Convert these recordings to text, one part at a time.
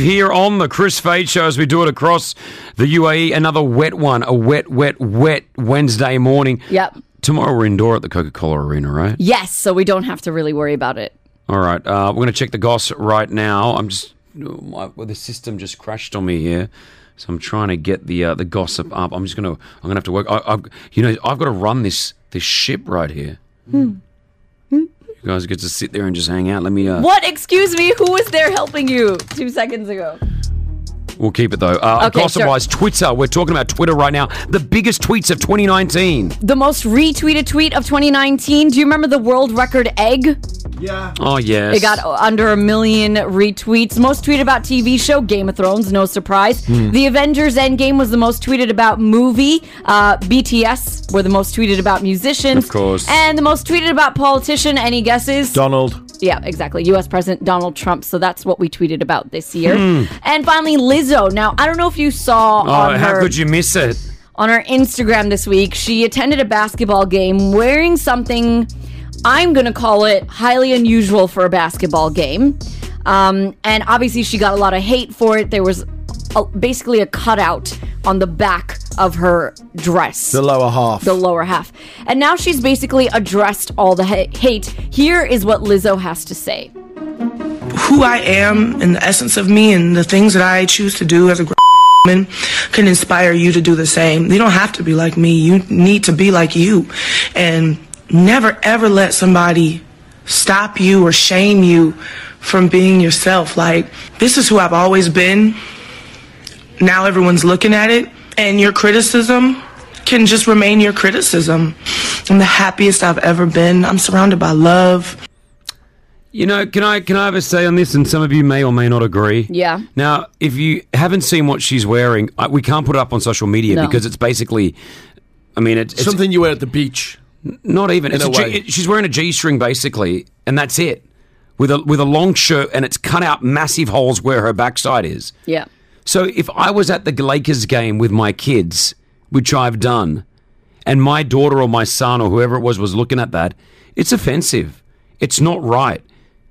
here on the Chris Fade Show as we do it across the UAE. Another wet one, a wet, wet, wet Wednesday morning. Yep. Tomorrow we're indoor at the Coca Cola Arena, right? Yes, so we don't have to really worry about it. All right. Uh, we're going to check the goss right now. I'm just my, well, the system just crashed on me here, so I'm trying to get the uh, the gossip up. I'm just going to I'm going to have to work. I, I, you know, I've got to run this this ship right here. You guys get to sit there and just hang out. Let me. Uh, What? Excuse me, who was there helping you two seconds ago? We'll keep it though. Uh, Okay, gossip wise, Twitter. We're talking about Twitter right now. The biggest tweets of 2019. The most retweeted tweet of 2019. Do you remember the world record egg? Oh yes. It got under a million retweets. Most tweeted about TV show, Game of Thrones, no surprise. Hmm. The Avengers Endgame was the most tweeted about movie. Uh, BTS were the most tweeted about musicians. Of course. And the most tweeted about politician, any guesses? Donald. Yeah, exactly. US President Donald Trump. So that's what we tweeted about this year. Hmm. And finally, Lizzo. Now, I don't know if you saw Oh, on how her could you miss it? on her Instagram this week, she attended a basketball game wearing something I'm going to call it highly unusual for a basketball game. Um, and obviously, she got a lot of hate for it. There was a, basically a cutout on the back of her dress. The lower half. The lower half. And now she's basically addressed all the ha- hate. Here is what Lizzo has to say. who I am and the essence of me and the things that I choose to do as a grown woman can inspire you to do the same. You don't have to be like me. You need to be like you. And never ever let somebody stop you or shame you from being yourself. Like, this is who I've always been. Now everyone's looking at it and your criticism can just remain your criticism. I'm the happiest I've ever been. I'm surrounded by love. You know, can I can I have a say on this? And some of you may or may not agree. Yeah. Now, if you haven't seen what she's wearing, I, we can't put it up on social media No. because it's basically, I mean, it's, it's Something you wear at the beach. not even. in It's a a G- way. it- she's wearing a g-string basically, and that's it, with a with a long shirt, and it's cut out massive holes where her backside is. Yeah. So if I was at the Lakers game with my kids, which I've done, and my daughter or my son or whoever it was was looking at that, it's offensive. It's not right.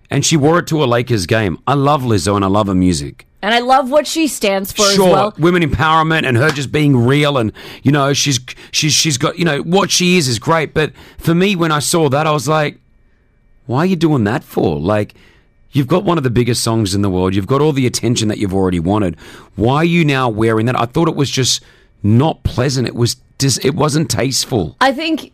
And she wore it to a Lakers game. I love Lizzo and I love her music. And I love what she stands for sure, as well. women empowerment and her just being real and you know she's she's she's got you know what she is is great. But for me, when I saw that, I was like, why are you doing that for? Like, you've got one of the biggest songs in the world. You've got all the attention that you've already wanted. Why are you now wearing that? I thought it was just not pleasant. It was dis- it wasn't tasteful. I think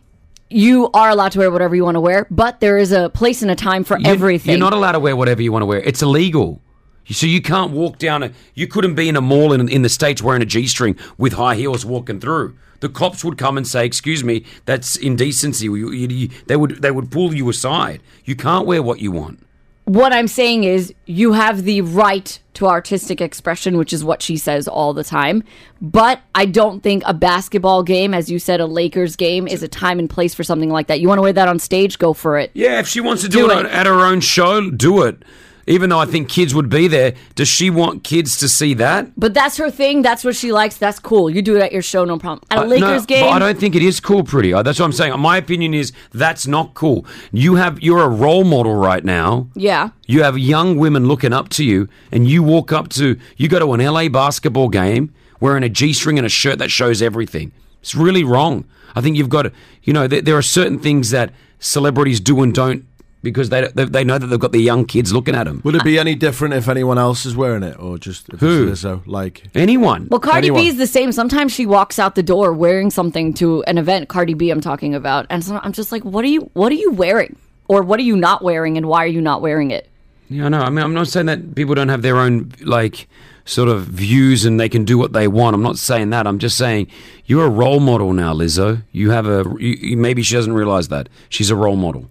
you are allowed to wear whatever you want to wear, but there is a place and a time for You- everything. You're not allowed to wear whatever you want to wear. It's illegal. So you can't walk down. A, you couldn't be in a mall in, in the states wearing a g-string with high heels walking through. The cops would come and say, "Excuse me, that's indecency." You- you- you- they would they would pull you aside. You can't wear what you want. what I'm saying is, you have the right to artistic expression, which is what she says all the time. But I don't think a basketball game, as you said, a Lakers game, is a time and place for something like that. You want to wear that on stage? Go for it. Yeah, if she wants to do, it, on- at her own show, do it. Even though I think kids would be there, does she want kids to see that? But that's her thing. That's what she likes. That's cool. You do it at your show, no problem. At a Uh, no, Lakers game, But I don't think it is cool, pretty. Uh, That's what I'm saying. My opinion is that's not cool. You have you're a role model right now. yeah. You have young women looking up to you, and you walk up to you go to an LA basketball game wearing a g-string and a shirt that shows everything. It's really wrong. I think you've got to, you know, there, there are certain things that celebrities do and don't because they, they they know that they've got their young kids looking at them. Would it be any different if anyone else is wearing it, or just if Who? It's Lizzo? Like anyone? Well, Cardi Anyone. B is the same. Sometimes she walks out the door wearing something to an event. Cardi B, I'm talking about, and so I'm just like, what are you? What are you wearing? Or what are you not wearing? And why are you not wearing it? Yeah, I know. I mean, I'm not saying that people don't have their own like sort of views and they can do what they want. I'm not saying that. I'm just saying you're a role model now, Lizzo. You have a you, you- maybe she doesn't realize that she's a role model,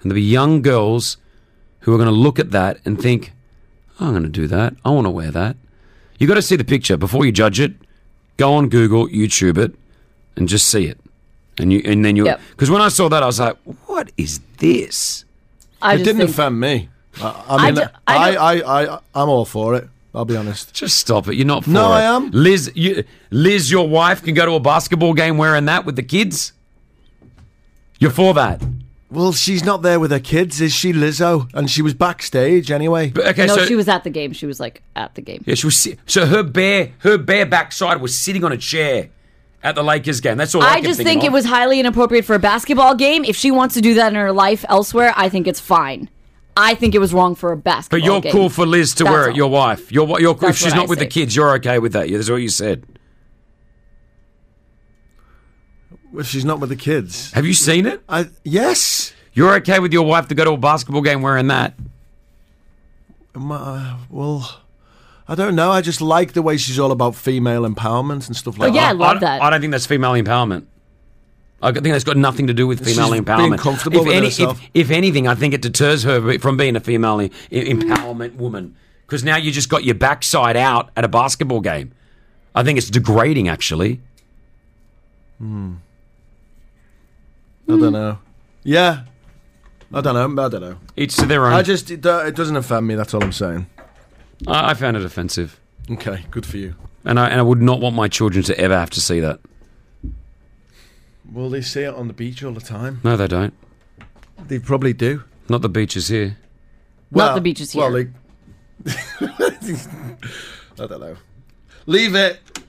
and there'll be young girls who are going to look at that and think, "Oh, "I'm going to do that. I want to wear that." You got to see the picture before you judge it. Go on Google, YouTube it, and just see it, and you and then you Yep. because when I saw that, I was like, "What is this?" I it just didn't think- offend me. I, I I mean, do- I, I I, I, I, am all for it. I'll be honest. Just stop it. You're not for No, it. I am. Liz, you, Liz, your wife can go to a basketball game wearing that with the kids. You're for that. Well, she's not there with her kids, is she, Lizzo? And she was backstage anyway. But, okay, no, so she was at the game. She was like at the game. yeah, she was. si- So her bare her bare backside was sitting on a chair at the Lakers game. That's all. I, I kept just thinking think it of. was highly inappropriate for a basketball game. If she wants to do that in her life elsewhere, I think it's fine. I think it was wrong for a basketball But you're game. cool for Liz to That's wear it. all. Your wife. Your wi- your if That's she's what not I with the say. kids, you're okay with that. Yeah, that's what you said. If she's not with the kids. Have you seen it? I, yes. You're okay with your wife to go to a basketball game wearing that? Um, uh, well, I don't know. I just like the way she's all about female empowerment and stuff like Oh, yeah, I that. love don't- that. I don't think that's female empowerment. I think that's got nothing to do with She's female being empowerment. comfortable if, with any- herself. if, if anything, I think it deters her from being a female e- Mm. empowerment woman because now you just got your backside out at a basketball game. I think it's degrading, actually. I don't know. Yeah. I don't know. I don't know. It's to their own. I just, it, do- it doesn't offend me. That's all I'm saying. I, I found it offensive, Okay, good for you. and I and I would not want my children to ever have to see that. Well, they see it on the beach all the time. No, they don't. They probably do. Not the beaches here. Not the beaches Well, here. they... I don't know. Leave it.